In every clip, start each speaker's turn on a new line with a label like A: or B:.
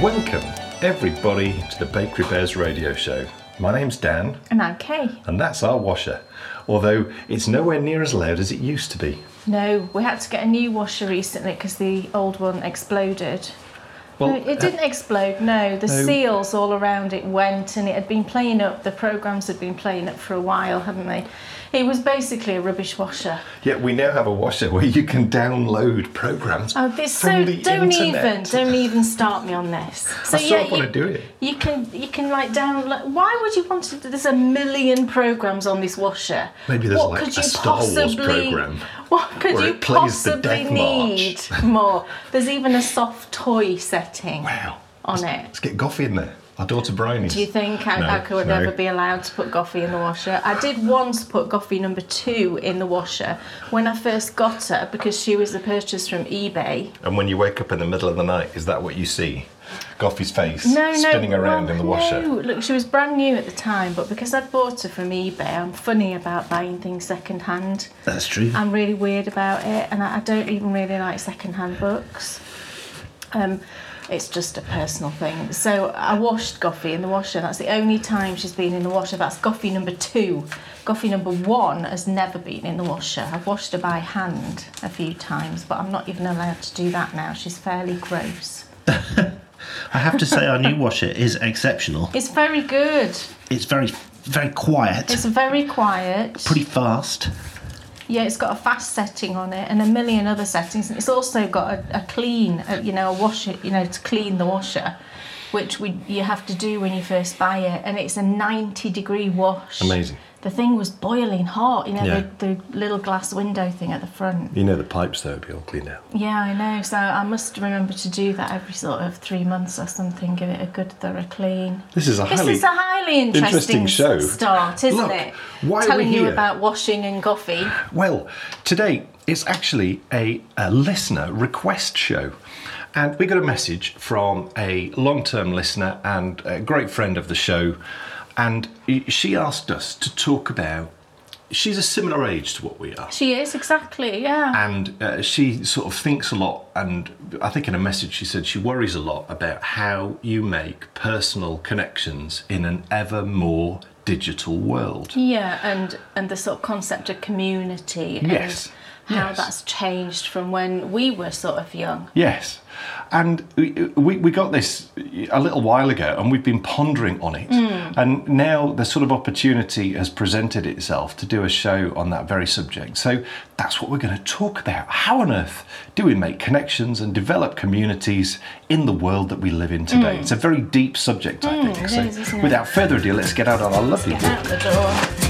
A: Welcome, everybody, to the Bakery Bears radio show. My name's Dan,
B: And I'm Kay.
A: and that's our washer, although it's nowhere near as loud as it used to be.
B: No, we had to get a new washer recently because the old one exploded.
A: Well, uh,
B: no, it didn't explode, no. The
A: No.
B: seals all around it went and it had been playing up. The programmes had been playing up for a while, hadn't they? It was basically a rubbish washer.
A: Yet we now have a washer where you can download programs.
B: Oh, this so
A: from the
B: don't even
A: internet.
B: don't even start me on this. So
A: I sort
B: yeah,
A: of want
B: you-
A: to do it.
B: You can you can like download. Why would you want to? There's a million programs on this washer.
A: Maybe there's, like, a Star Wars programme
B: What could
A: where
B: you
A: it plays the
B: possibly
A: Death
B: need
A: March.
B: more? There's even a soft toy setting
A: Wow.
B: on it.
A: Let's get Goffy in there. Our daughter Bryony's.
B: Do you think I,
A: No,
B: I could
A: no.
B: ever be allowed to put Goffy in the washer? I did once put Goffy number two in the washer when I first got her because she was a purchase from eBay.
A: And when you wake up in the middle of the night, is that what you see? Goffy's face
B: No, no.
A: spinning around
B: well,
A: in the washer.
B: No, look, she was brand new at the time, but because I bought her from eBay, I'm funny about buying things second hand.
A: That's true.
B: I'm really weird about it, and I, I don't even really like second hand books. Um, it's just a personal thing. So I washed Goffy in the washer. That's the only time she's been in the washer. That's Goffy number two. Goffy number one has never been in the washer. I've washed her by hand a few times, but I'm not even allowed to do that now. She's fairly gross.
C: I have to say, our new washer is exceptional.
B: It's very good.
C: It's very, very quiet,
B: It's very quiet.
C: pretty fast.
B: Yeah, it's got a fast setting on it and a million other settings. And it's also got a, a clean, uh you know, a washer, you know, to clean the washer, which we you have to do when you first buy it. And it's a 90 degree wash.
A: Amazing.
B: The thing was boiling hot, you know,
A: Yeah.
B: the, the little glass window thing at the front.
A: You know the pipes though will be all cleaned out.
B: Yeah, I know. So I must remember to do that every sort of three months or something, give it a good thorough clean.
A: This is a
B: This
A: highly
B: is a highly interesting,
A: interesting show.
B: start, isn't
A: Look,
B: it?
A: why are we
B: Telling you
A: here?
B: about washing and coffee.
A: Well, today it's actually a, a listener request show. And we got a message from a long term listener and a great friend of the show. And she asked us to talk about, she's a similar age to what we are.
B: She is exactly, yeah.
A: And uh, she sort of thinks a lot. And I think in a message she said she worries a lot about how you make personal connections in an ever more digital world.
B: Yeah, and and the sort of concept of community and
A: Yes,
B: how
A: yes.
B: that's changed from when we were sort of young.
A: Yes. And we, we, we got this a little while ago and we've been pondering on it.
B: Hmm.
A: And now the sort of opportunity has presented itself to do a show on that very subject. So that's what we're going to talk about. How on earth do we make connections and develop communities in the world that we live in today? It's a very deep subject, I think.
B: Hmm. it
A: so
B: is, isn't it?
A: without further ado, let's get out on our lovely walk.
B: Out the door.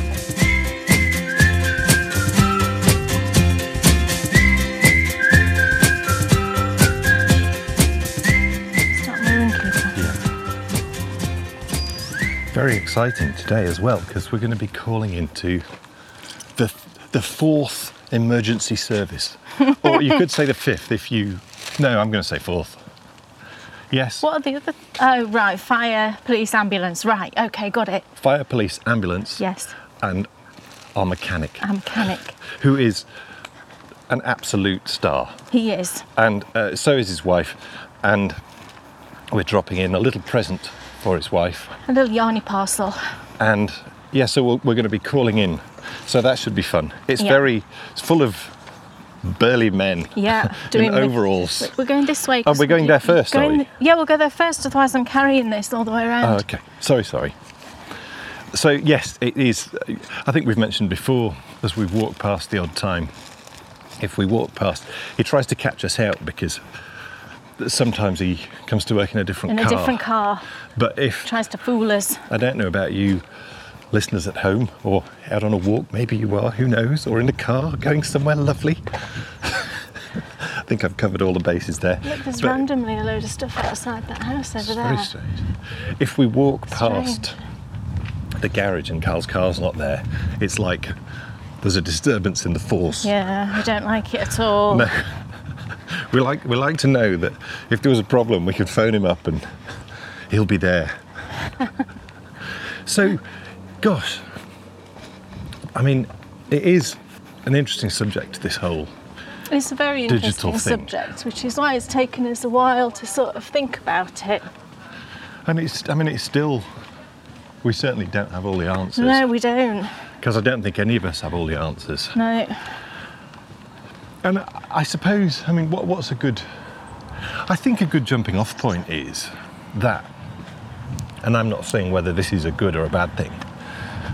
B: Stop moving, Cooper.
A: Very exciting today as well because we're going to be calling into the the fourth emergency service, or you could say the fifth if you. No, I'm going to say fourth. Yes.
B: What are the other? Oh, right, fire, police, ambulance. Right, okay, got it.
A: Fire, police, ambulance,
B: Yes,
A: and our mechanic,
B: a mechanic.
A: who is an absolute star,
B: He is.
A: and uh, so is his wife, and we're dropping in a little present for his wife.
B: A little yarny parcel.
A: and yeah, so we'll, we're going to be calling in. So that should be fun. It's
B: Yeah.
A: very, it's full of burly men
B: Yeah,
A: in
B: doing the-
A: overalls.
B: We're going this way.
A: Oh, we're going there first, are
B: Going-
A: we?
B: Yeah, we'll go there first, otherwise I'm carrying this all the way around.
A: Oh, okay. Sorry, sorry. So yes, it is. I think we've mentioned before as we've walked past the odd time. If we walk past, he tries to catch us out because sometimes he comes to work in a different
B: In a
A: car.
B: different car,
A: But if
B: tries to fool us.
A: I don't know about you listeners at home or out on a walk, maybe you are, who knows, or in a car going somewhere lovely. I think I've covered all the bases there.
B: Look, there's
A: But
B: randomly a load of stuff outside that house over
A: it's
B: there.
A: very strange. If we walk past
B: Strange.
A: the garage and Carl's car's not there, it's like there's a disturbance in the force.
B: Yeah, I don't like it at all.
A: No. We like we like to know that if there was a problem, we could phone him up and he'll be there. so, gosh, I mean, it is an interesting subject. This whole
B: It's a very
A: Digital
B: interesting
A: thing.
B: subject, which is why it's taken us a while to sort of think about it.
A: And it's, I mean, it's still, we certainly don't have all the
B: No,
A: answers.
B: we don't.
A: Because I don't think any of us have all the answers.
B: No.
A: And I suppose, I mean, what, what's a good, I think a good jumping off point is that, and I'm not saying whether this is a good or a bad thing,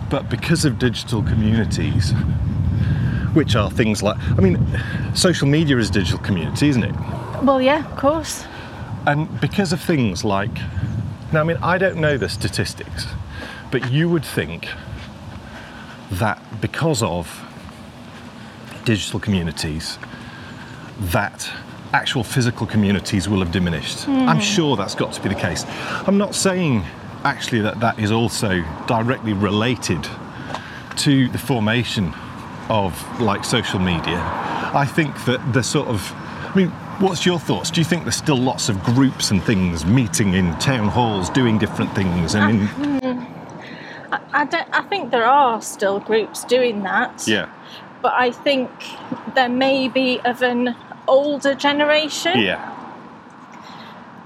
A: but because of digital communities, which are things like, I mean, social media is a digital community, isn't it?
B: Well, yeah, of course.
A: And because of things like, now, I mean, I don't know the statistics, but you would think that because of digital communities, that actual physical communities will have diminished. I'm sure that's got to be the case. I'm not saying actually that that is also directly related to the formation of like social media. I think that the sort of, I mean, what's your thoughts? Do you think there's still lots of groups and things meeting in town halls, doing different things? I mean,
B: I, I, don't, I think there are still groups doing that.
A: yeah,
B: But I think there may be of an older generation
A: yeah,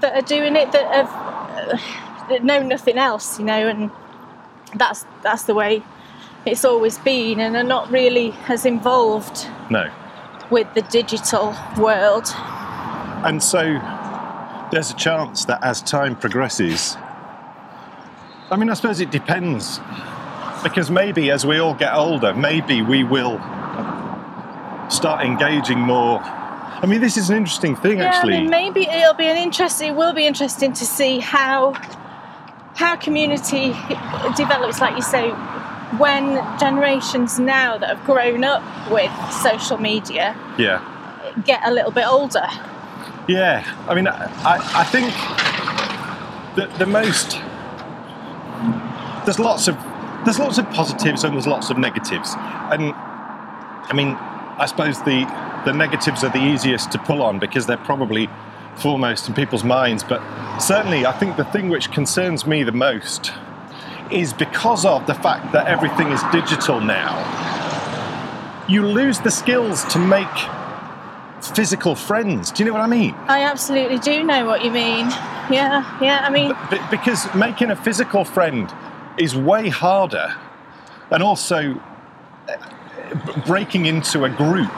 B: that are doing it that have uh, that know nothing else, you know, and that's that's the way it's always been, and are not really as involved
A: no.
B: with the digital world.
A: And so there's a chance that as time progresses, I mean, I suppose it depends. Because maybe as we all get older, maybe we will start engaging more. I mean, this is an interesting thing, actually.
B: Yeah, I mean, maybe it'll be an interest. It will be interesting to see how how community develops, like you say, when generations now that have grown up with social media
A: Yeah.
B: get a little bit older.
A: Yeah. I mean, I, I I think that the most. There's lots of there's lots of positives and there's lots of negatives, and I mean, I suppose the the negatives are the easiest to pull on because they're probably foremost in people's minds. But certainly, I think the thing which concerns me the most is because of the fact that everything is digital now. You lose the skills to make physical friends. Do you know what I mean?
B: I absolutely do know what you mean. Yeah, yeah. I mean,
A: B- because making a physical friend is way harder, and also uh, b- breaking into a group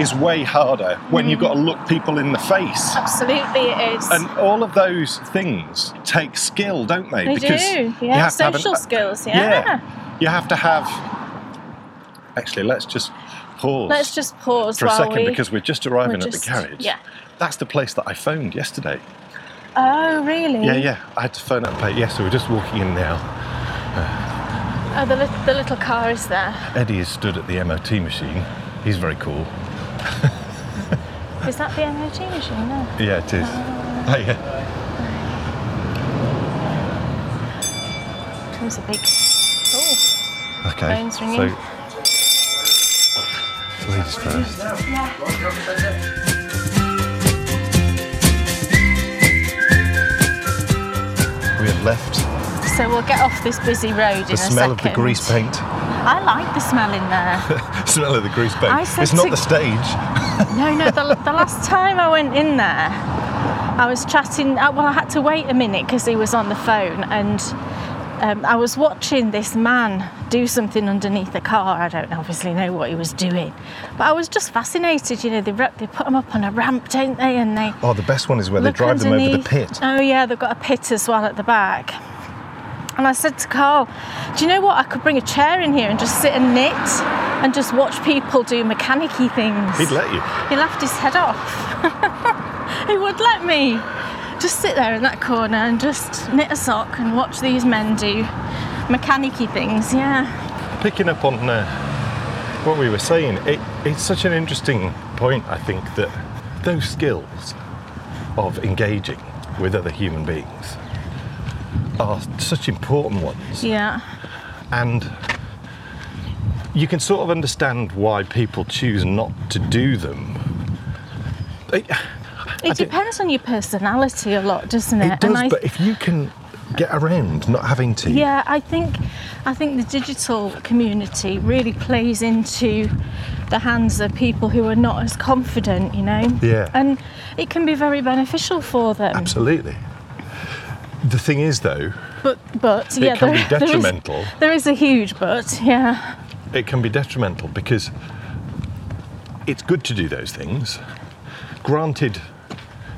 A: is way harder when you've got to look people in the face.
B: absolutely, it is.
A: And all of those things take skill, don't they?
B: They
A: because
B: do,
A: you
B: yeah,
A: have to have an- uh,
B: social skills, yeah.
A: You have to have. Actually, let's just pause
B: Let's just pause
A: for a
B: while
A: second
B: we.
A: because we're just arriving
B: we're
A: at
B: just-
A: the garage.
B: yeah.
A: That's the place that I phoned yesterday.
B: oh, really?
A: Yeah, yeah. I had to phone up late. Yeah, so we're just walking in now.
B: Oh, the, lit- the little car is there.
A: Eddie is stood at the MOT machine. He's very cool.
B: Is that the MOT machine? No.
A: Yeah, it is. Oh, yeah.
B: Comes a big. Oh,
A: Okay.
B: Phone's ringing.
A: So, ladies first. We have left
B: so we'll get off this busy road in
A: the
B: a
A: smell of the
B: second.
A: grease paint.
B: I like the smell in there.
A: smell of the grease paint.
B: I said
A: it's not
B: to-
A: the stage.
B: no, no. The, the last time I went in there, I was chatting. uh, Well, I had to wait a minute because he was on the phone, and um, I was watching this man do something underneath the car. I don't obviously know what he was doing, but I was just fascinated. You know, they wrap- they put them up on a ramp, don't they? And they
A: Oh, the best one is where they
B: Look
A: drive them over the
B: underneath.
A: pit.
B: Oh yeah, they've got a pit as well at the back. And I said to Carl, "Do you know what? I could bring a chair in here and just sit and knit, and just watch people do mechanicy things."
A: He'd let you.
B: He laughed his head off. he would let me just sit there in that corner and just knit a sock and watch these men do mechanicy things. Yeah,
A: picking up on uh, what we were saying, it, it's such an interesting point, I think, that those skills of engaging with other human beings are such important ones.
B: yeah,
A: And you can sort of understand why people choose not to do them. It,
B: it depends on your personality a lot, doesn't it?
A: it does,
B: I-
A: but if you can get around not having to.
B: Yeah, I think I think the digital community really plays into the hands of people who are not as confident, you know.
A: Yeah.
B: And it can be very beneficial for them.
A: Absolutely. The thing is, though,
B: But but
A: It
B: yeah,
A: can be
B: there- there is-
A: detrimental.
B: there is a huge but, yeah.
A: it can be detrimental because it's good to do those things. Granted,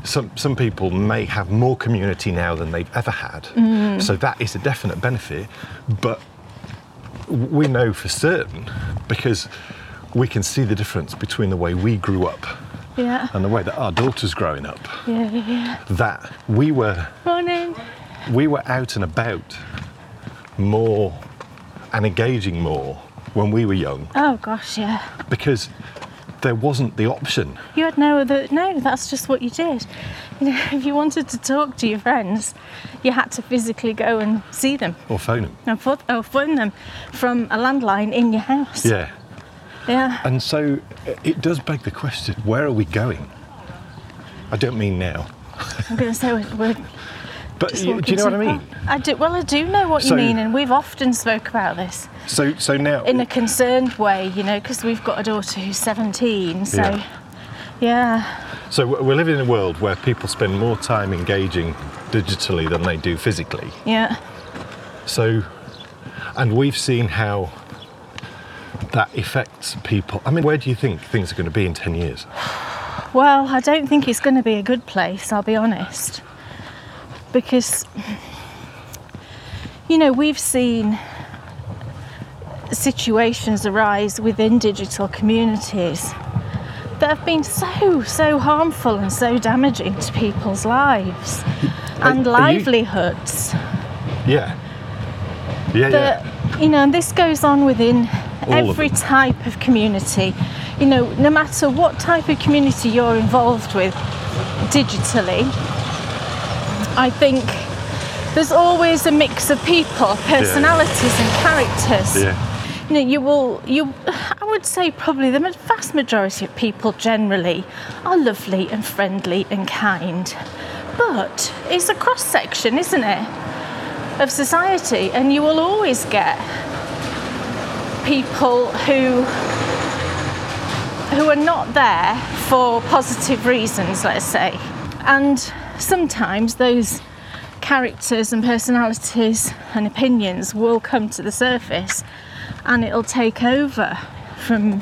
A: some, some people may have more community now than they've ever had, so that is a definite benefit, but we know for certain because we can see the difference between the way we grew up
B: Yeah.
A: and the way that our daughter's growing up.
B: Yeah, yeah, yeah.
A: That we were
B: Morning.
A: we were out and about more and engaging more when we were young
B: Oh gosh, yeah.
A: because there wasn't the option.
B: You had no other. No, that's just what you did. You know, if you wanted to talk to your friends, you had to physically go and see them
A: Or phone them.
B: and pho- or phone them from a landline in your house.
A: Yeah.
B: Yeah.
A: And so i- it does beg the question where are we going? I don't mean now.
B: I'm going to say we're. we're
A: But
B: just
A: you, do you
B: walking
A: know what I
B: too
A: mean?
B: far. I do. Well, I do know what
A: So-
B: you mean, and we've often spoke about this
A: So, so now.
B: in a concerned way, you know, because we've got a daughter who's 17, so.
A: Yeah.
B: Yeah.
A: So we're we're living in a world where people spend more time engaging digitally than they do physically.
B: yeah,
A: So, and we've seen how that affects people. I mean, where do you think things are going to be in 10 years?
B: Well, I don't think it's going to be a good place, I'll be honest. Because, you know, we've seen situations arise within digital communities that have been so, so harmful and so damaging to people's lives and
A: are you-
B: livelihoods.
A: Yeah. Yeah,
B: But
A: yeah.
B: you know, and this goes on within
A: All of
B: every
A: them.
B: type of community. You know, no matter what type of community you're involved with digitally, I think there's always a mix of people, personalities and characters.
A: Yeah.
B: You know, you will you I would say probably the ma- vast majority of people generally are lovely and friendly and kind. But it's a cross section, isn't it? Of society and you will always get people who who are not there for positive reasons, let's say. And sometimes those characters and personalities and opinions will come to the surface and it'll take over from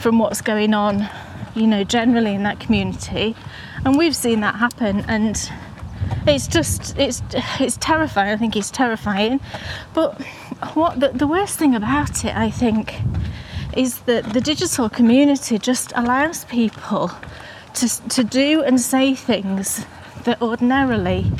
B: from what's going on, you know, generally in that community. And we've seen that happen and it's just it's it's terrifying. I think it's terrifying. But what the, the worst thing about it, I think, is that the digital community just allows people to s- to do and say things that ordinarily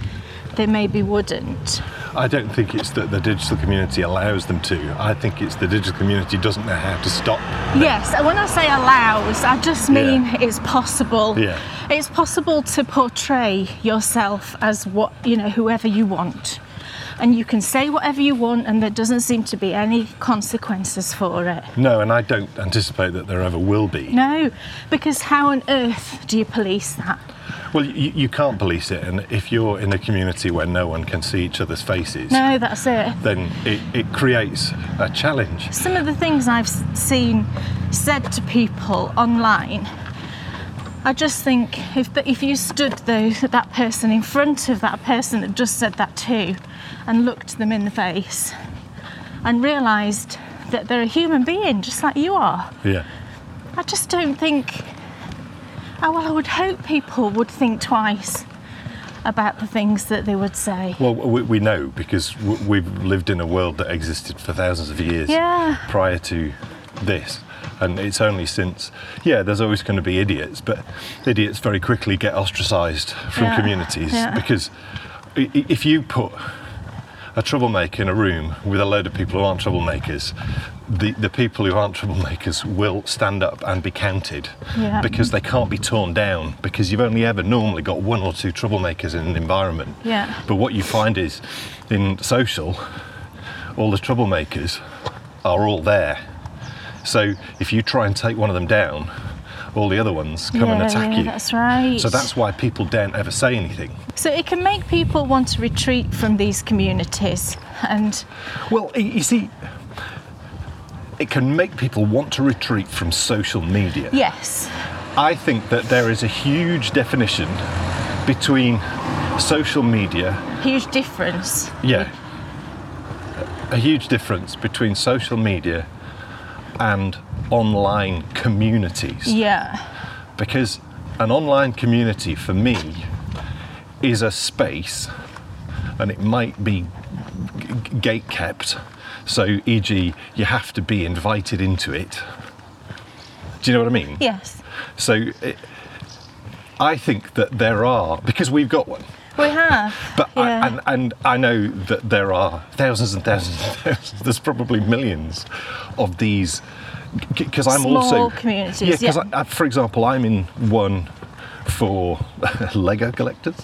B: they maybe wouldn't.
A: I don't think it's that the digital community allows them to. I think it's the digital community doesn't know how to stop.
B: Yes, and when I say allows, I just mean it's possible.
A: Yeah.
B: It's possible to portray yourself as what, you know, whoever you want. And you can say whatever you want, and there doesn't seem to be any consequences for it.
A: No, and I don't anticipate that there ever will be.
B: No, because how on earth do you police that?
A: Well, you, you can't police it, and if you're in a community where no one can see each other's faces,
B: No, that's it.
A: then it, it creates a challenge.
B: Some of the things I've s- seen said to people online, I just think if the, if you stood those, that person in front of that person that just said that to, and looked them in the face, and realised that they're a human being just like you are,
A: Yeah.
B: I just don't think. Oh, well, I would hope people would think twice about the things that they would say.
A: Well, we, we know because w- we've lived in a world that existed for thousands of years
B: Yeah.
A: prior to this. And it's only since, yeah, there's always going to be idiots, but idiots very quickly get ostracised from
B: Yeah,
A: communities
B: yeah.
A: because i- i- if you put a troublemaker in a room with a load of people who aren't troublemakers, the, the people who aren't troublemakers will stand up and be counted
B: Yeah.
A: because they can't be torn down because you've only ever normally got one or two troublemakers in an environment.
B: Yeah.
A: But what you find is in social, all the troublemakers are all there. So if you try and take one of them down, all the other ones come and
B: Yeah,
A: attack
B: yeah,
A: you.
B: that's right.
A: So that's why people don't ever say anything.
B: So it can make people want to retreat from these communities. And
A: Well, y- you see, it can make people want to retreat from social media.
B: yes,
A: I think that there is a huge definition between social media,
B: huge difference.
A: yeah, a huge difference between social media and online communities.
B: Yeah,
A: Because an online community for me is a space and it might be g- gate kept. So, e.g., you have to be invited into it. Do you know what I mean?
B: yes.
A: So it, I think that there are, because we've got one,
B: We have.
A: but
B: yeah.
A: I, and, and I know that there are thousands and thousands and thousands, there's probably millions of these. Because I'm also.
B: Small communities,
A: Yeah, because,
B: yeah.
A: I, I, for example, I'm in one for Lego collectors,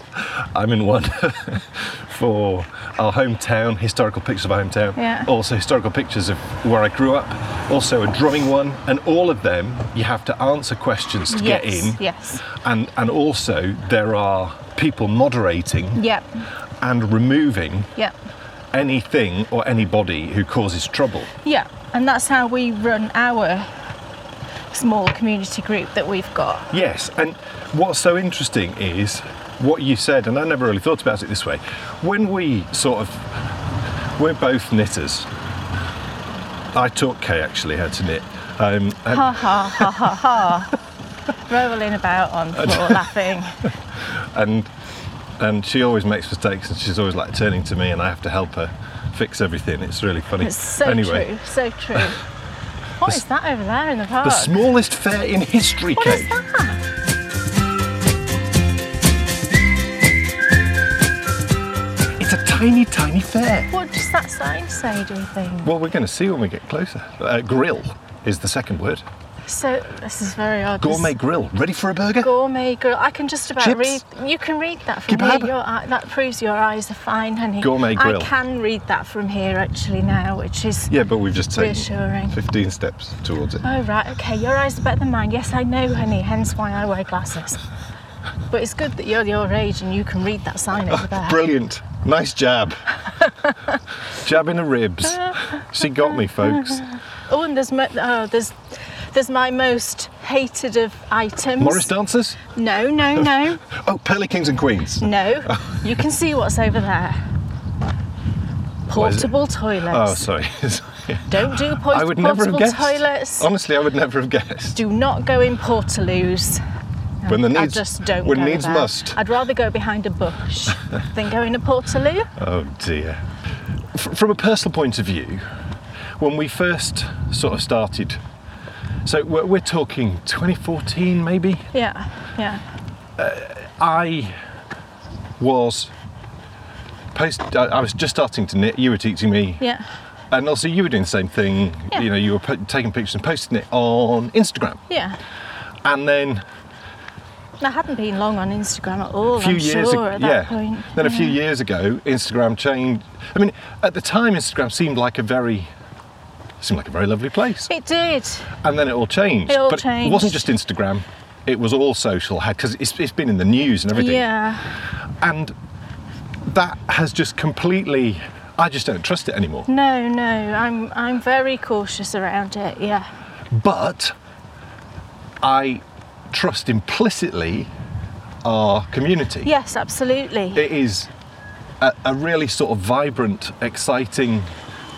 A: I'm in one for our hometown, historical pictures of our hometown,
B: Yeah.
A: also historical pictures of where I grew up, also a drumming one, and all of them you have to answer questions to get
B: Yes,
A: in.
B: yes.
A: And, and also there are people moderating
B: Yep,
A: and removing
B: yep,
A: anything or anybody who causes trouble.
B: yep. And that's how we run our small community group that we've got.
A: Yes, and what's so interesting is what you said, and I never really thought about it this way. When we sort of, we're both knitters. I taught Kay actually how to knit. Um, and-
B: Ha ha ha ha ha. Rolling about on the floor laughing.
A: and and she always makes mistakes and she's always like turning to me and I have to help her fix everything. It's really funny.
B: It's so
A: anyway,
B: true, so true. What is that over there in the park?
A: the smallest fair in history,
B: What is
A: Kate.
B: that?
A: It's a tiny, tiny fair.
B: What does that sign say, do you think?
A: Well, we're going to see when we get closer. Uh, grill is the second word.
B: So, this is very odd. This
A: Gourmet grill. Ready for a burger?
B: Gourmet grill. I can just about
A: Chips?
B: read. You can read that from
A: Kebab?
B: here. Your eye, that proves your eyes are fine, honey.
A: Gourmet grill.
B: I can read that from here actually now, which is.
A: Yeah, but we've just taken
B: Reassuring.
A: 15 steps towards it.
B: Oh right, okay. Your eyes are better than mine. Yes, I know, honey. Hence why I wear glasses. But it's good that you're your age and you can read that sign over there.
A: Brilliant. Nice jab. jab in the ribs. She got me, folks.
B: Oh, and there's mo- oh, there's there's my most hated of items.
A: Morris dancers?
B: No, no, no,
A: Oh, Pearly Kings and Queens.
B: Mm. no. You can see what's over there.
A: What is it?
B: Portable toilets.
A: Oh, sorry. Sorry.
B: Don't do po-
A: I would never have
B: portable
A: guessed. Oh.
B: toilets.
A: Honestly, I would never have guessed.
B: Do not go in portaloos.
A: When the needs,
B: I just don't.
A: when
B: go
A: needs
B: there.
A: must.
B: I'd rather go behind a bush than go in a portaloo.
A: Oh dear. F- from a personal point of view, when we first sort of started, so we're, we're talking 2014 maybe.
B: Yeah, yeah,
A: I was post. I, I was just starting to knit. You were teaching me,
B: yeah,
A: and also you were doing the same thing.
B: Yeah.
A: You know, you were pu- taking pictures and posting it on Instagram,
B: yeah.
A: and then
B: I hadn't been long on Instagram at all.
A: a few
B: I'm
A: years
B: sure
A: ag-
B: at
A: yeah.
B: that point.
A: Then a
B: yeah.
A: few years ago, Instagram changed. I mean, at the time, Instagram seemed like a very seemed like a very lovely place,
B: It did.
A: and then it all changed.
B: It all
A: but it wasn't just
B: changed.
A: Instagram; it was all social. Because it's, it's been in the news and everything,
B: Yeah.
A: and that has just completely. I just don't trust it anymore.
B: No, no. I'm I'm very cautious around it. Yeah.
A: But I trust implicitly our community.
B: Yes, absolutely.
A: it is a, a really sort of vibrant, exciting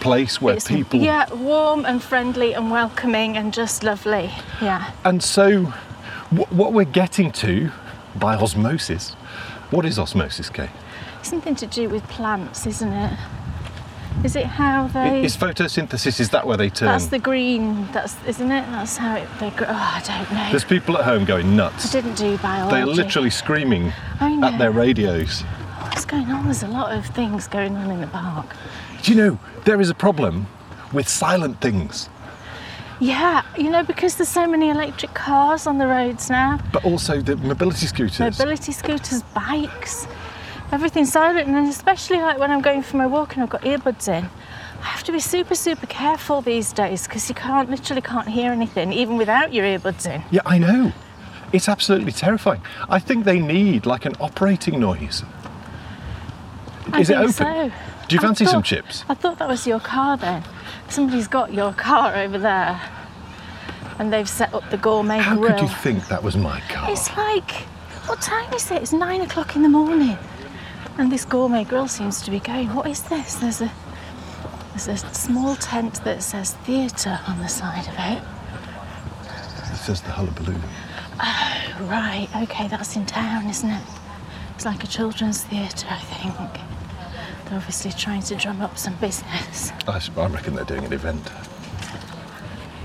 A: place where
B: It's,
A: people.
B: Yeah, warm and friendly and welcoming and just lovely. Yeah.
A: And so, wh- what we're getting to by osmosis. What is osmosis, Kay?
B: Something to do with plants, isn't it? Is it how
A: I-
B: they?
A: Is photosynthesis is that where they turn?
B: that's the green. That's isn't it? That's how it. They grow. Oh, I don't know.
A: There's people at home going
B: I
A: nuts.
B: didn't do biology.
A: They're literally screaming
B: I know.
A: at their radios.
B: What's going on? There's a lot of things going on in the park.
A: Do you know there is a problem with silent things,
B: Yeah, you know because there's so many electric cars on the roads now.
A: but also the mobility scooters.
B: Mobility scooters, bikes, everything's silent, and then especially like when I'm going for my walk and I've got earbuds in, I have to be super, super careful these days because you can't literally can't hear anything even without your earbuds in.
A: Yeah, I know. It's absolutely terrifying. I think they need like an operating noise.
B: I
A: Is it
B: think
A: open?
B: So.
A: Do you
B: I
A: fancy some
B: thought-
A: chips?
B: I thought that was your car then. Somebody's got your car over there, and they've set up the gourmet
A: How
B: grill.
A: could you think that was my car?
B: It's like, what time is it? It's nine o'clock in the morning, and this gourmet grill seems to be going. What is this? There's a there's a small tent that says theatre on the side of it.
A: It says the hullabaloo.
B: Right, okay, that's in town, isn't it? It's like a children's theatre, I think. They're obviously trying to drum up some business.
A: I, s- I reckon they're doing an event.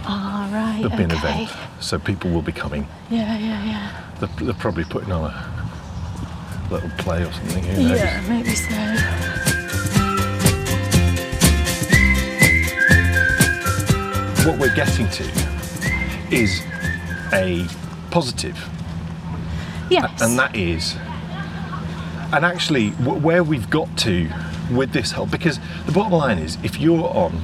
B: All Ah, right,
A: There'll be an
B: okay.
A: event, so people will be coming.
B: Yeah, yeah, yeah.
A: They're, they're probably putting on a little play or something. Who knows?
B: Yeah, maybe so.
A: What we're getting to is a positive
B: Yes.
A: and that is and actually wh- where we've got to with this whole because the bottom line is if you're on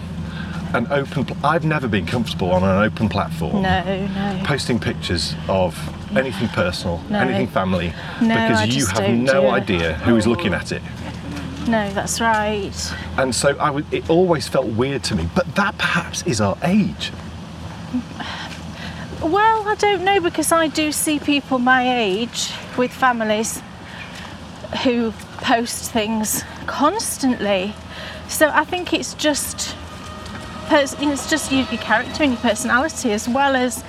A: an open pl- i've never been comfortable on an open platform
B: no, no.
A: posting pictures of anything personal
B: No.
A: anything family
B: No,
A: because
B: I
A: you
B: just
A: have
B: don't
A: no
B: do it.
A: idea who is looking at it
B: No, that's right.
A: and so I would, it always felt weird to me but that perhaps is our age
B: Well, I don't know because I do see people my age with families who post things constantly. So I think it's just pers- you know, it's just your, your character and your personality as well as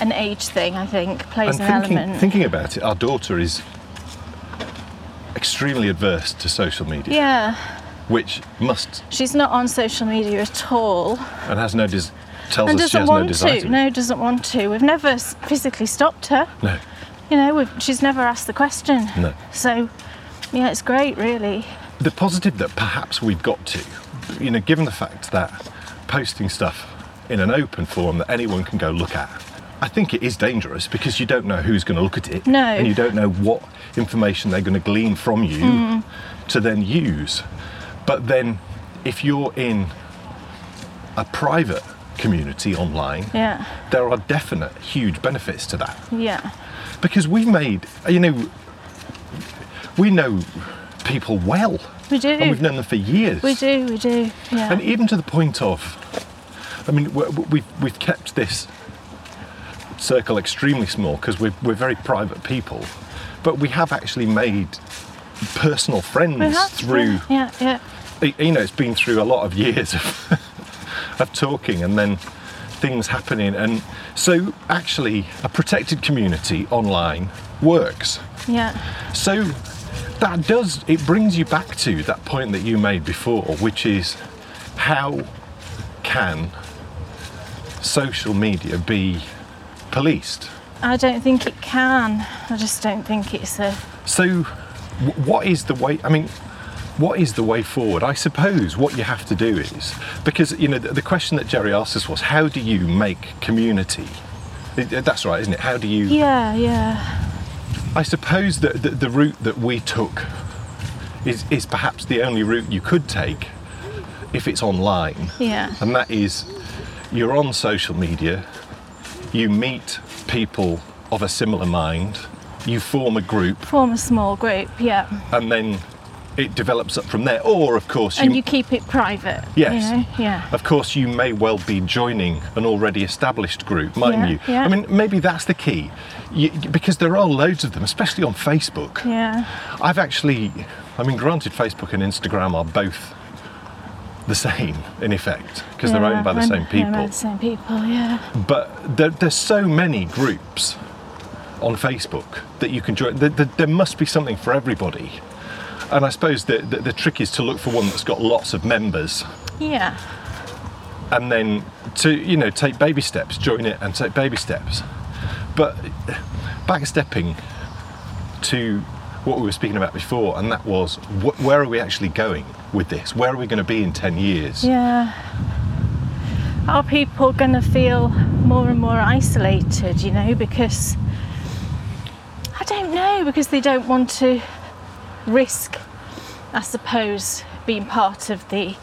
B: an age thing. I think plays an
A: and thinking,
B: element.
A: thinking about it our daughter is extremely adverse to social media
B: yeah,
A: which must
B: she's not on social media at all.
A: and has no des- tells
B: and
A: us she
B: doesn't
A: has no
B: want
A: desire
B: to.
A: to.
B: No, doesn't want to. We've never s- physically stopped her.
A: No.
B: You know, we've, she's never asked the question.
A: No.
B: So, yeah, it's great, really.
A: The positive that perhaps we've got to, you know, given the fact that posting stuff in an open form that anyone can go look at, I think it is dangerous because you don't know who's going to look at it.
B: No.
A: And you don't know what information they're going to glean from you
B: Hmm.
A: to then use. But then if you're in a private community online,
B: Yeah,
A: there are definite huge benefits to that.
B: yeah,
A: because we've made you know we know people well
B: we do.
A: and we've known them for years
B: we do, we do. Yeah,
A: and even to the point of i mean we- we've, we've kept this circle extremely small because we're, we're very private people but we have actually made personal friends
B: we have,
A: through
B: Yeah, yeah,
A: y- you know it's been through a lot of years of, of talking and then things happening and so actually a protected community online works
B: yeah,
A: so that does it brings you back to that point that you made before, which is how can social media be policed?
B: I don't think it can. I just don't think it's a.
A: So wh- what is the way I mean what is the way forward? I suppose what you have to do is because you know the, the question that Jerry asked us was how do you make community? It- it- That's right, isn't it? How do you
B: Yeah, yeah,
A: I suppose that the, the route that we took is, is perhaps the only route you could take if it's online,
B: yeah,
A: and that is you're on social media, you meet people of a similar mind, you form a group,
B: form a small group. Yeah,
A: and then it develops up from there. Or, of course,
B: and you keep it private.
A: Yes. Uh,
B: You know? Yeah.
A: Of course, you may well be joining an already established group, mightn't
B: Yeah,
A: you?
B: yeah.
A: I mean, maybe that's the key, you, because there are loads of them, especially on Facebook.
B: Yeah.
A: I've actually, I mean, granted, Facebook and Instagram are both the same in effect because they're
B: Yeah,
A: owned by the
B: I'm-
A: same
B: they're owned by
A: people.
B: the same people. Yeah.
A: But there, there's so many groups on Facebook that you can join. There, there, there must be something for everybody. And I suppose the, the, the trick is to look for one that's got lots of members
B: Yeah.
A: and then to, you know, take baby steps, join it and take baby steps. But backstepping to what we were speaking about before, and that was wh- where are we actually going with this? Where are we going to be in 10 years?
B: Yeah. Are people going to feel more and more isolated, you know, because I don't know, because they don't want to risk, I suppose, being part of the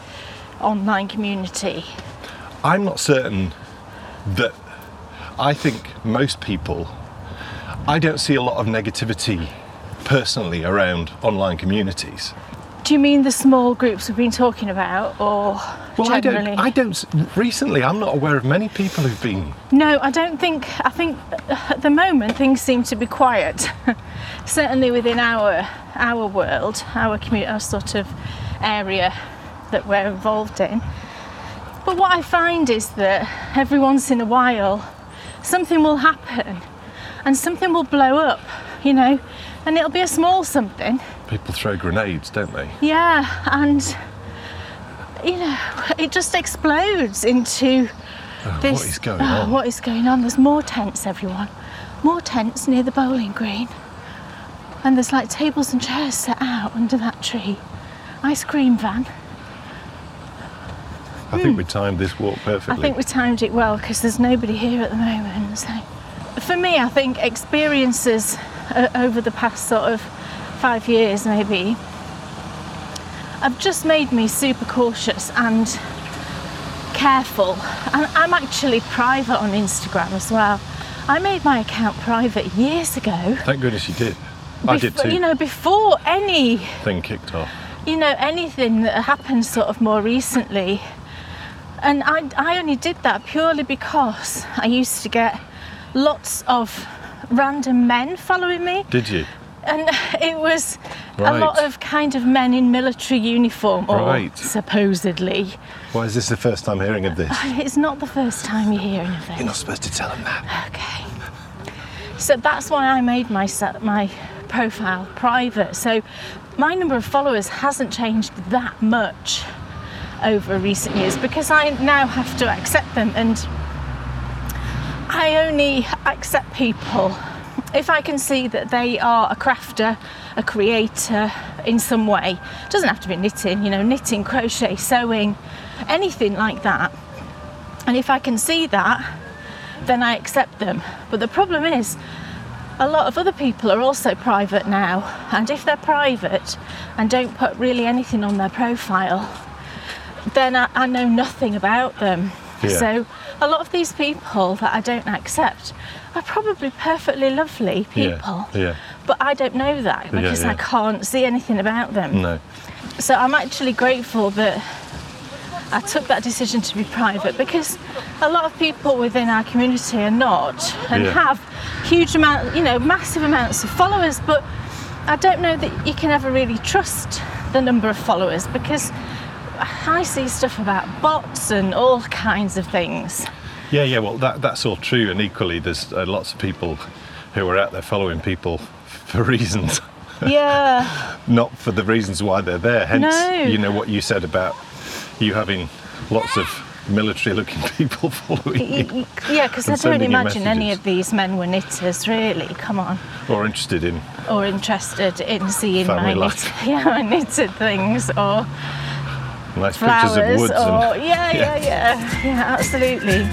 B: online community.
A: I'm not certain that I think most people I don't see a lot of negativity personally around online communities.
B: Do you mean the small groups we've been talking about, or
A: Well, I don't.
B: generally?
A: I don't. Recently, I'm not aware of many people who've been.
B: No, I don't think. I think uh, at the moment things seem to be quiet. Certainly within our our world, our community, our sort of area that we're involved in. But what I find is that every once in a while, something will happen, and something will blow up, you know, and it'll be a small something.
A: People throw grenades, don't they?
B: Yeah, and you know, it just explodes into this.
A: what is going
B: Oh,
A: on?
B: What is going on? There's more tents, everyone. More tents near the bowling green. And there's like tables and chairs set out under that tree. Ice cream van.
A: I think we timed this walk
B: Hmm. I
A: perfectly.
B: think we timed it well because there's nobody here at the moment. So, for me, I think experiences uh, over the past sort of five years, maybe, have just made me super cautious and careful. And I'm actually private on Instagram as well. I made my account private years ago.
A: Thank goodness you did. I did
B: Befo-
A: too.
B: You know, before any
A: thing kicked off.
B: you know, anything that happened sort of more recently. And I, I only did that purely because I used to get lots of random men following me.
A: Did you?
B: And it was a
A: Right.
B: lot of kind of men in military uniform, or
A: Right.
B: supposedly.
A: Why is this the first time hearing of this?
B: It's not the first time you're hearing of it.
A: You're not supposed to tell him that.
B: Okay. So that's why I made my se- my profile private. So my number of followers hasn't changed that much over recent years because I now have to accept them and I only accept people if I can see that they are a crafter, a creator in some way. doesn't have to be knitting, you know, knitting, crochet, sewing, anything like that. And if I can see that, then I accept them. But the problem is, a lot of other people are also private now, and if they're private and don't put really anything on their profile, then I, I know nothing about them.
A: Yeah.
B: So a lot of these people that I don't accept are probably perfectly lovely people.
A: Yeah.
B: But I don't know that because I
A: yeah.
B: can't see anything about them.
A: yeah. No.
B: So I'm actually grateful that I took that decision to be private because a lot of people within our community are not and
A: Yeah.
B: have huge amount, you know, massive amounts of followers, but I don't know that you can ever really trust the number of followers because I see stuff about bots and all kinds of things.
A: Yeah, yeah. Well, that that's all true, and equally, there's uh, lots of people who are out there following people for reasons,
B: Yeah.
A: not for the reasons why they're there. Hence,
B: No.
A: you know what you said about you having lots of military-looking people following
B: Y-
A: you,
B: y- Yeah, because I
A: And
B: don't
A: sending you
B: imagine any
A: messages.
B: of these men were knitters, really. Come on.
A: or interested in.
B: or interested in seeing
A: Family
B: my,
A: life.
B: knit, yeah, my knitted things or
A: Nice
B: flowers
A: pictures of woods.
B: or
A: and,
B: yeah, yeah, yeah, yeah, absolutely.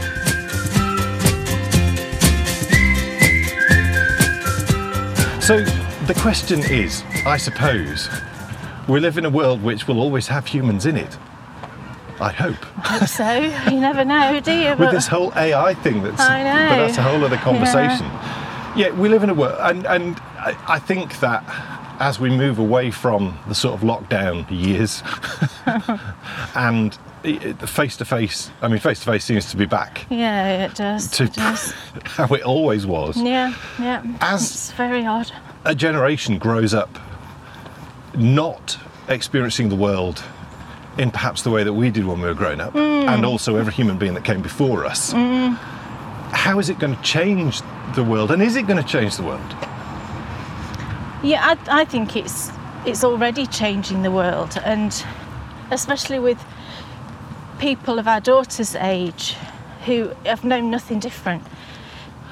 A: So the question is, I suppose, we live in a world which will always have humans in it. I hope.
B: Hope so you never know, do you?
A: with
B: But-
A: this whole AI thing that's
B: I know.
A: but that's a whole other conversation. Yeah, we live in a world and, and I, I think that as we move away from the sort of lockdown years and face to face I mean face to face seems to be back
B: yeah, it does.
A: to
B: It does.
A: how it always was.
B: Yeah, yeah.
A: As-
B: it's very odd.
A: A generation grows up not experiencing the world in perhaps the way that we did when we were growing up,
B: Mm.
A: and also every human being that came before us. How is it going to change the world, and is it going to change the world?
B: Yeah, I, I think it's it's already changing the world, and especially with people of our daughter's age who have known nothing different.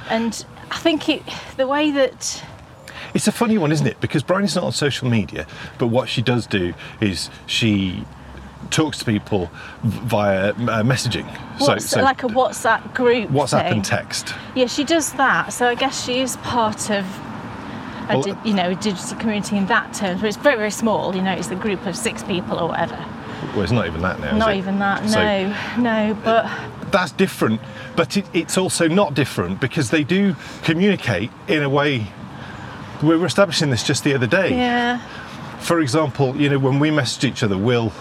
B: And I think it, the way that
A: It's a funny one, isn't it? Because Bryony's not on social media, but what she does do is she talks to people v- via uh, messaging.
B: What's, like a WhatsApp group.
A: WhatsApp
B: thing.
A: and text.
B: Yeah, she does that. So I guess she is part of, a
A: Well,
B: di- you know, a digital community in that terms. But it's very, very small. You know, it's the group of six people or whatever.
A: Well, it's not even that now. is
B: Not
A: it?
B: even that, no,
A: So-
B: no. But
A: that's different, but it, it's also not different because they do communicate in a way. We were establishing this just the other day.
B: yeah,
A: For example, you know, when we message each other, we'll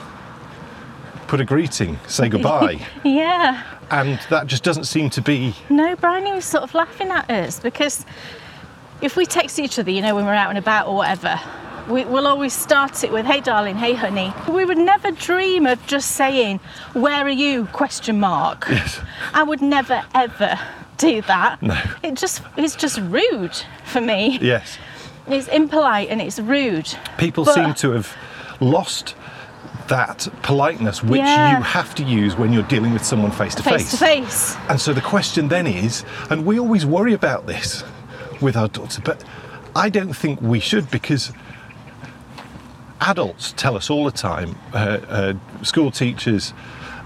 A: put a greeting, say goodbye,
B: yeah.
A: and that just doesn't seem to be.
B: No, Bryony was sort of laughing at us because if we text each other, you know, when we're out and about or whatever, we, we'll always start it with "Hey, darling," "Hey, honey." We would never dream of just saying "Where are you?" question mark.
A: Yes.
B: I would never ever do that.
A: No.
B: It just it's just rude for me.
A: Yes,
B: It's impolite and it's rude.
A: people
B: But-
A: seem to have lost that politeness which
B: Yeah.
A: you have to use when you're dealing with someone face to
B: Face to face.
A: And so the question then is, and we always worry about this with our daughter, but I don't think we should because adults tell us all the time, uh, uh, school teachers,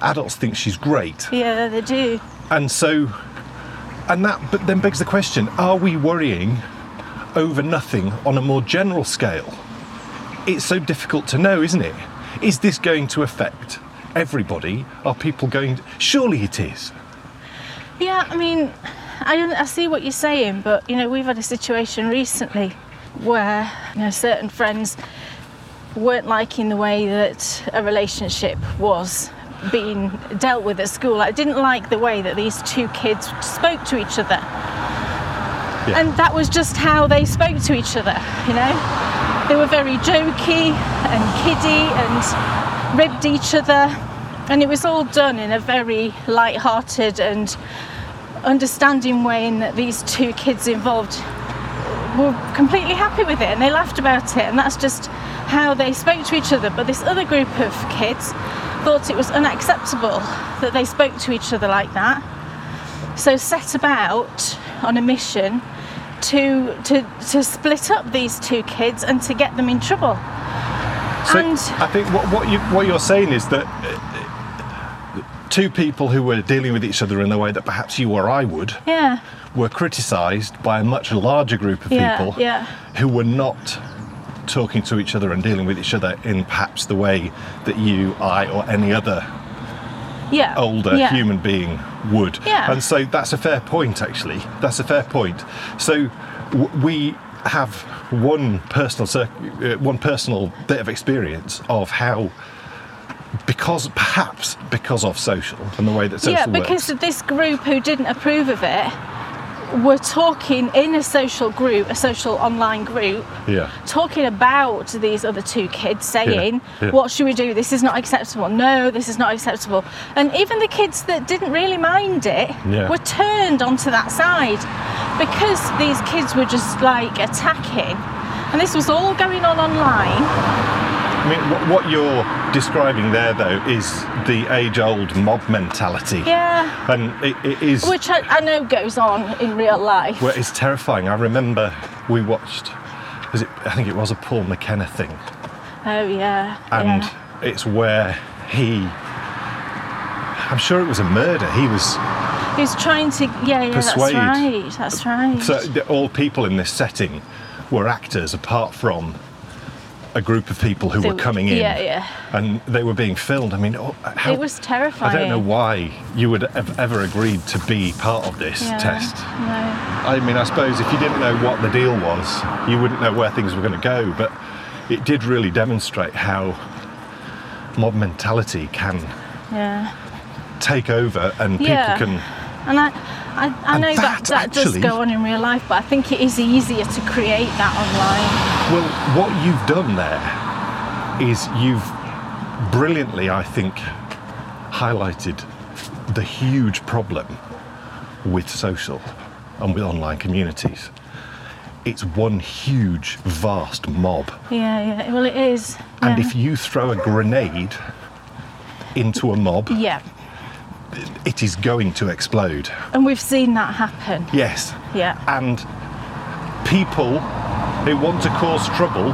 A: adults think she's great.
B: Yeah, they do.
A: And so, and that but then begs the question are we worrying over nothing on a more general scale? It's so difficult to know, isn't it? Is this going to affect everybody? Are people going? surely it is.
B: Yeah, I mean, I, un- I see what you're saying, but you know, we've had a situation recently where you know, certain friends weren't liking the way that a relationship was being dealt with at school. I didn't like the way that these two kids spoke to each other. And that was just how they spoke to each other, you know? They were very jokey and kiddy and ribbed each other. And it was all done in a very light-hearted and understanding way in that these two kids involved were completely happy with it and they laughed about it and that's just how they spoke to each other but this other group of kids thought it was unacceptable that they spoke to each other like that so set about on a mission to to to split up these two kids and to get them in trouble
A: So
B: And-
A: I think what, what you what you're saying is that uh, two people who were dealing with each other in the way that perhaps you or I would
B: yeah
A: were criticised by a much larger group of
B: Yeah,
A: people
B: yeah.
A: who were not talking to each other and dealing with each other in perhaps the way that you, I, or any other
B: yeah
A: older
B: yeah.
A: human being would.
B: Yeah.
A: And so that's a fair point, actually. That's a fair point. So w- we have one personal, cir- uh, one personal bit of experience of how, because perhaps because of social and the way that social
B: yeah, because
A: works.
B: this group who didn't approve of it were talking in a social group, a social online group,
A: Yeah.
B: talking about these other two kids, saying,
A: yeah.
B: What should we do? This is not acceptable. No, this is not acceptable. And even the kids that didn't really mind it
A: Yeah.
B: were turned onto that side because these kids were just like attacking. And this was all going on online.
A: I mean, what, what you're describing there, though, is the age-old mob mentality.
B: Yeah.
A: And it, it is.
B: Which I, I know goes on in real life.
A: Well, it's terrifying. I remember we watched. Was it? I think it was a Paul McKenna thing.
B: Oh, yeah.
A: and
B: yeah.
A: it's where he I'm sure it was a murder. He was
B: Who's trying to? Yeah, yeah,
A: Persuade.
B: that's right. That's right.
A: so the- all people in this setting were actors apart from a group of people who
B: They
A: were
B: were-
A: coming in.
B: yeah, yeah.
A: And they were being filmed. I mean, oh, how,
B: it was
A: I
B: terrifying.
A: don't know why you would have ever agreed to be part of this
B: Yeah,
A: test.
B: No.
A: I mean, I suppose if you didn't know what the deal was, you wouldn't know where things were going to go, but it did really demonstrate how mob mentality can
B: Yeah.
A: take over and
B: Yeah.
A: people can
B: And I, I, I
A: And
B: know that
A: that
B: that does
A: actually-
B: go on in real life, but I think it is easier to create that online.
A: well what you've done there is you've brilliantly i think highlighted the huge problem with social and with online communities it's one huge vast mob
B: Yeah, yeah. Well, it is.
A: and
B: yeah.
A: if you throw a grenade into a mob
B: yeah.
A: it is going to explode
B: And we've seen that happen.
A: yes
B: Yeah.
A: and people who want to cause trouble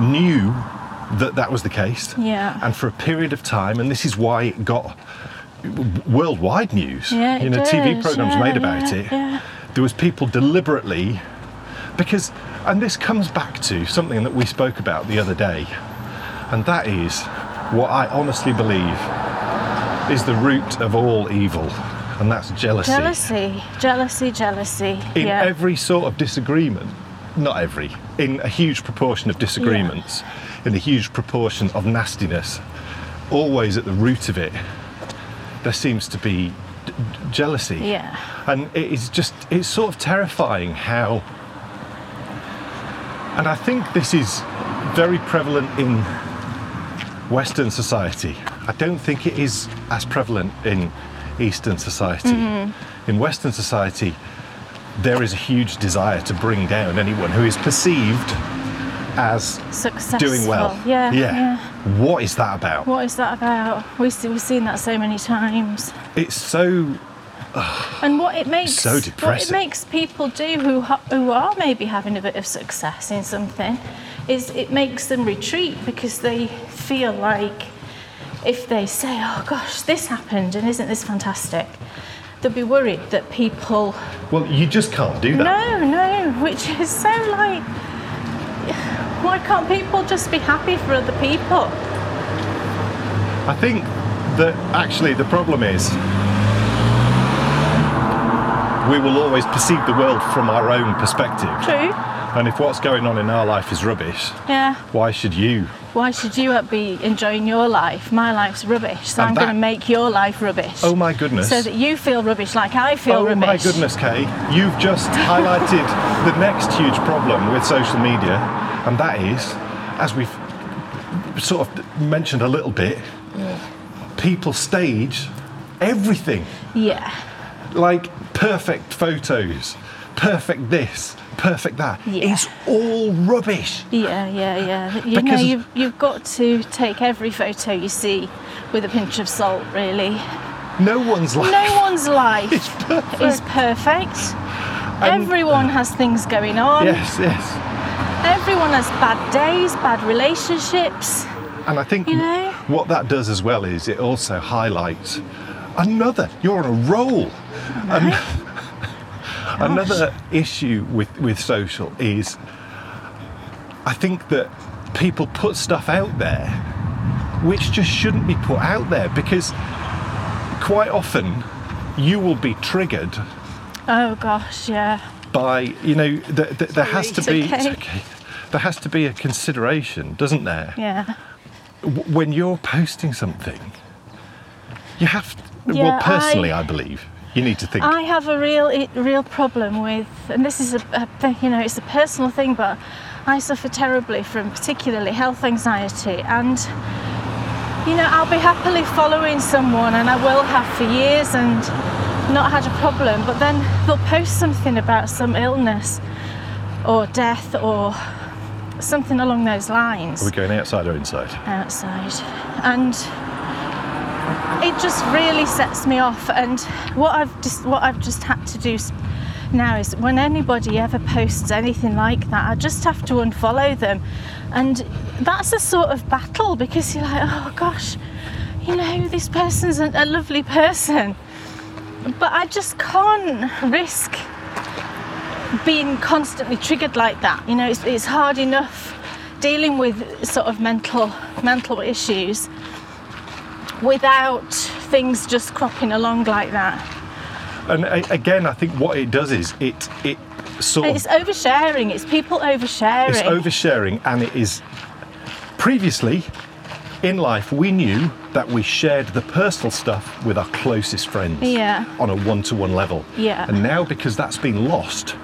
A: knew that that was the case.
B: Yeah.
A: And for a period of time, and this is why it got worldwide news.
B: Yeah,
A: you
B: it
A: know, TV
B: does.
A: programs
B: Yeah,
A: made about
B: yeah,
A: it.
B: yeah.
A: There was people deliberately because, and this comes back to something that we spoke about the other day, and that is what I honestly believe is the root of all evil, and that's jealousy.
B: Jealousy, jealousy, jealousy.
A: In
B: yeah.
A: every sort of disagreement, not every, in a huge proportion of disagreements, in a huge proportion of nastiness, always at the root of it, there seems to be d- d- jealousy.
B: Yeah.
A: And it is just, it's sort of terrifying how. And I think this is very prevalent in Western society. I don't think it is as prevalent in Eastern society.
B: Mm-hmm.
A: In Western society, there is a huge desire to bring down anyone who is perceived as
B: Successful.
A: doing well.
B: Yeah, yeah.
A: What is that about?
B: What is that about? We see, we've seen that so many times.
A: It's so
B: And what it makes
A: So
B: what it
A: depressing.
B: makes people do who ha- who are maybe having a bit of success in something is it makes them retreat because they feel like if they say, "Oh gosh, this happened and isn't this fantastic?" They'll be worried that people
A: well, you just can't do that.
B: no, no, which is so like why can't people just be happy for other people?
A: I think that actually the problem is we will always perceive the world from our own perspective.
B: True.
A: And if what's going on in our life is rubbish,
B: Yeah.
A: why should you?
B: Why should you be enjoying your life? My life's rubbish, so
A: And
B: I'm
A: that-
B: going to make your life rubbish.
A: Oh my goodness.
B: So that you feel rubbish like I feel
A: oh
B: rubbish.
A: my goodness, Kay, you've just highlighted the next huge problem with social media, and that is, as we've sort of mentioned a little bit, people stage everything
B: Yeah.
A: like perfect photos, perfect this, perfect that.
B: Yeah.
A: It's all rubbish.
B: Yeah, yeah, yeah. You know,
A: Because-
B: you've, you've got to take every photo you see with a pinch of salt, really.
A: No one's like.
B: No one's life
A: It's perfect.
B: is perfect. Everyone has things going on.
A: Yes, yes.
B: Everyone has bad days, bad relationships.
A: And I think
B: You know?
A: what that does as well is it also highlights another. You're on a roll. An- another issue with with social is I think that people put stuff out there which just shouldn't be put out there because quite often you will be triggered
B: Oh gosh, yeah.
A: by you know th- th- there has to
B: Sorry.
A: be
B: It's okay.
A: it's okay. there has to be a consideration doesn't there
B: Yeah.
A: w- when you're posting something, you have. To,
B: Yeah,
A: well, personally, I, believe you need to think.
B: I have a real i- real problem with, and this is a, a thing, you know it's a personal thing, but I suffer terribly from particularly health anxiety, and you know I'll be happily following someone, and I will have for years, and not had a problem, but then they'll post something about some illness or death or something along those lines
A: Are we going outside or inside?
B: outside and it just really sets me off and what I've just what I've just had to do s- now is when anybody ever posts anything like that I just have to unfollow them and that's a sort of battle because you're like oh gosh you know this person's a, a lovely person but I just can't risk being constantly triggered like that. You know, it's, it's hard enough dealing with sort of mental mental issues without things just cropping along like that.
A: And a- again, I think what it does is it it sort
B: It's
A: of
B: oversharing. It's people oversharing.
A: it's oversharing, and it is. Previously, in life, we knew that we shared the personal stuff with our closest friends.
B: Yeah.
A: On a one-to-one level.
B: Yeah.
A: And now, because that's been lost,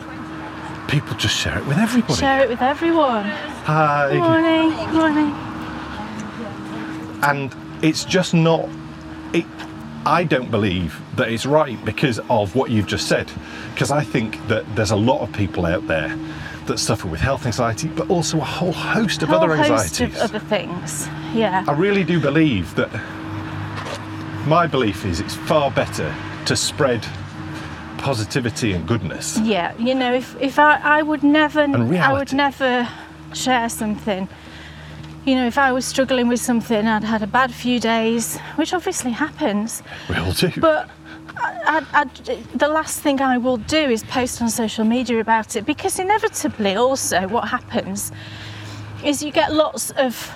A: people just share it with everybody.
B: Share it with everyone.
A: Hi.
B: Morning, morning.
A: and it's just not it i don't believe that it's right because of what you've just said because i think that there's a lot of people out there that suffer with health anxiety but also a whole host of
B: Whole
A: other
B: host of
A: anxieties
B: other things. Yeah.
A: i really do believe that my belief is it's far better to spread positivity and goodness
B: Yeah, you know, if, if I, I would never, I would
A: reality.
B: never share something. You know, if I was struggling with something, I'd had a bad few days, which obviously happens.
A: we all do
B: But I, I, I, the last thing I will do is post on social media about it because inevitably, also, what happens is you get lots of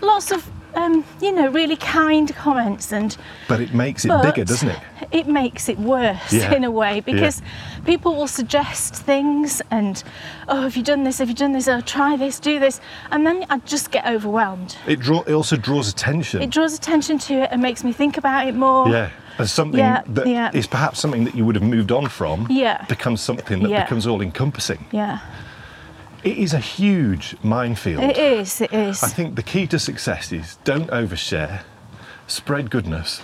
B: lots of um, you know, really kind comments and
A: But it makes it bigger, doesn't it?
B: it makes it worse
A: Yeah.
B: in a way because people will suggest things and, oh, have you done this? Have you done this? Oh, try this, do this. And then I just get overwhelmed.
A: It draw. It also draws attention.
B: It draws attention to it and makes me think about it more.
A: yeah. As something
B: Yeah,
A: that is
B: yeah.
A: perhaps something that you would have moved on from
B: Yeah.
A: becomes something that
B: Yeah.
A: becomes all encompassing.
B: Yeah.
A: It is a huge minefield.
B: It is, it is.
A: I think the key to success is don't overshare, spread goodness,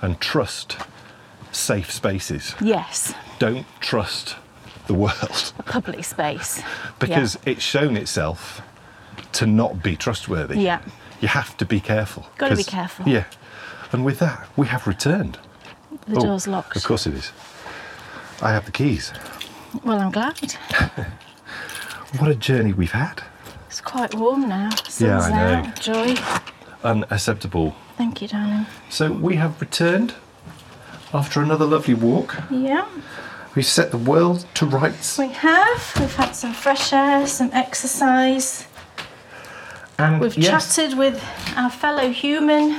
A: and trust safe spaces.
B: yes.
A: Don't trust the world
B: Public space.
A: because it's shown itself to not be trustworthy.
B: Yeah.
A: You have to be careful.
B: Gotta be
A: 'cause-
B: careful.
A: Yeah. And with that, we have returned.
B: The
A: Oh,
B: door's locked.
A: Of course it is. I have the keys.
B: Well, I'm glad.
A: What a journey we've had.
B: It's quite warm now. Sun's
A: Yeah, I know.
B: out. Joy.
A: Unacceptable.
B: Thank you, darling.
A: So we have returned after another lovely walk.
B: Yeah.
A: We've set the world to rights.
B: We have. We've had some fresh air, some exercise.
A: And
B: We've chatted with our fellow human.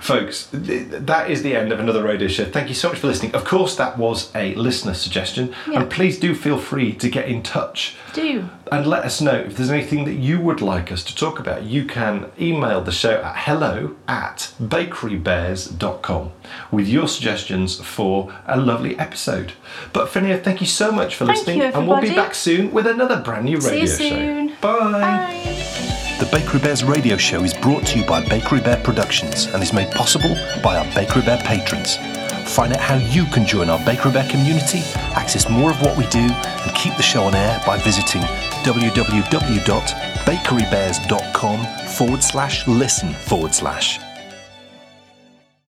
A: folks, th- that is the end of another radio show. Thank you so much for listening. Of course, that was a listener suggestion,
B: Yeah.
A: and please do feel free to get in touch.
B: Do.
A: And let us know if there's anything that you would like us to talk about. You can email the show at hello at bakerybears.com with your suggestions for a lovely episode. But Finia, thank you so much for
B: Thank
A: listening,
B: you,
A: and we'll be
B: everybody.
A: back soon with another brand new
B: See you
A: radio
B: soon.
A: show. Bye.
B: Bye.
D: The Bakery Bears radio show is brought to you by Bakery Bear Productions and is made possible by our Bakery Bear patrons. Find out how you can join our Bakery Bear community, access more of what we do, and keep the show on air by visiting www.bakerybears.com forward slash listen forward slash.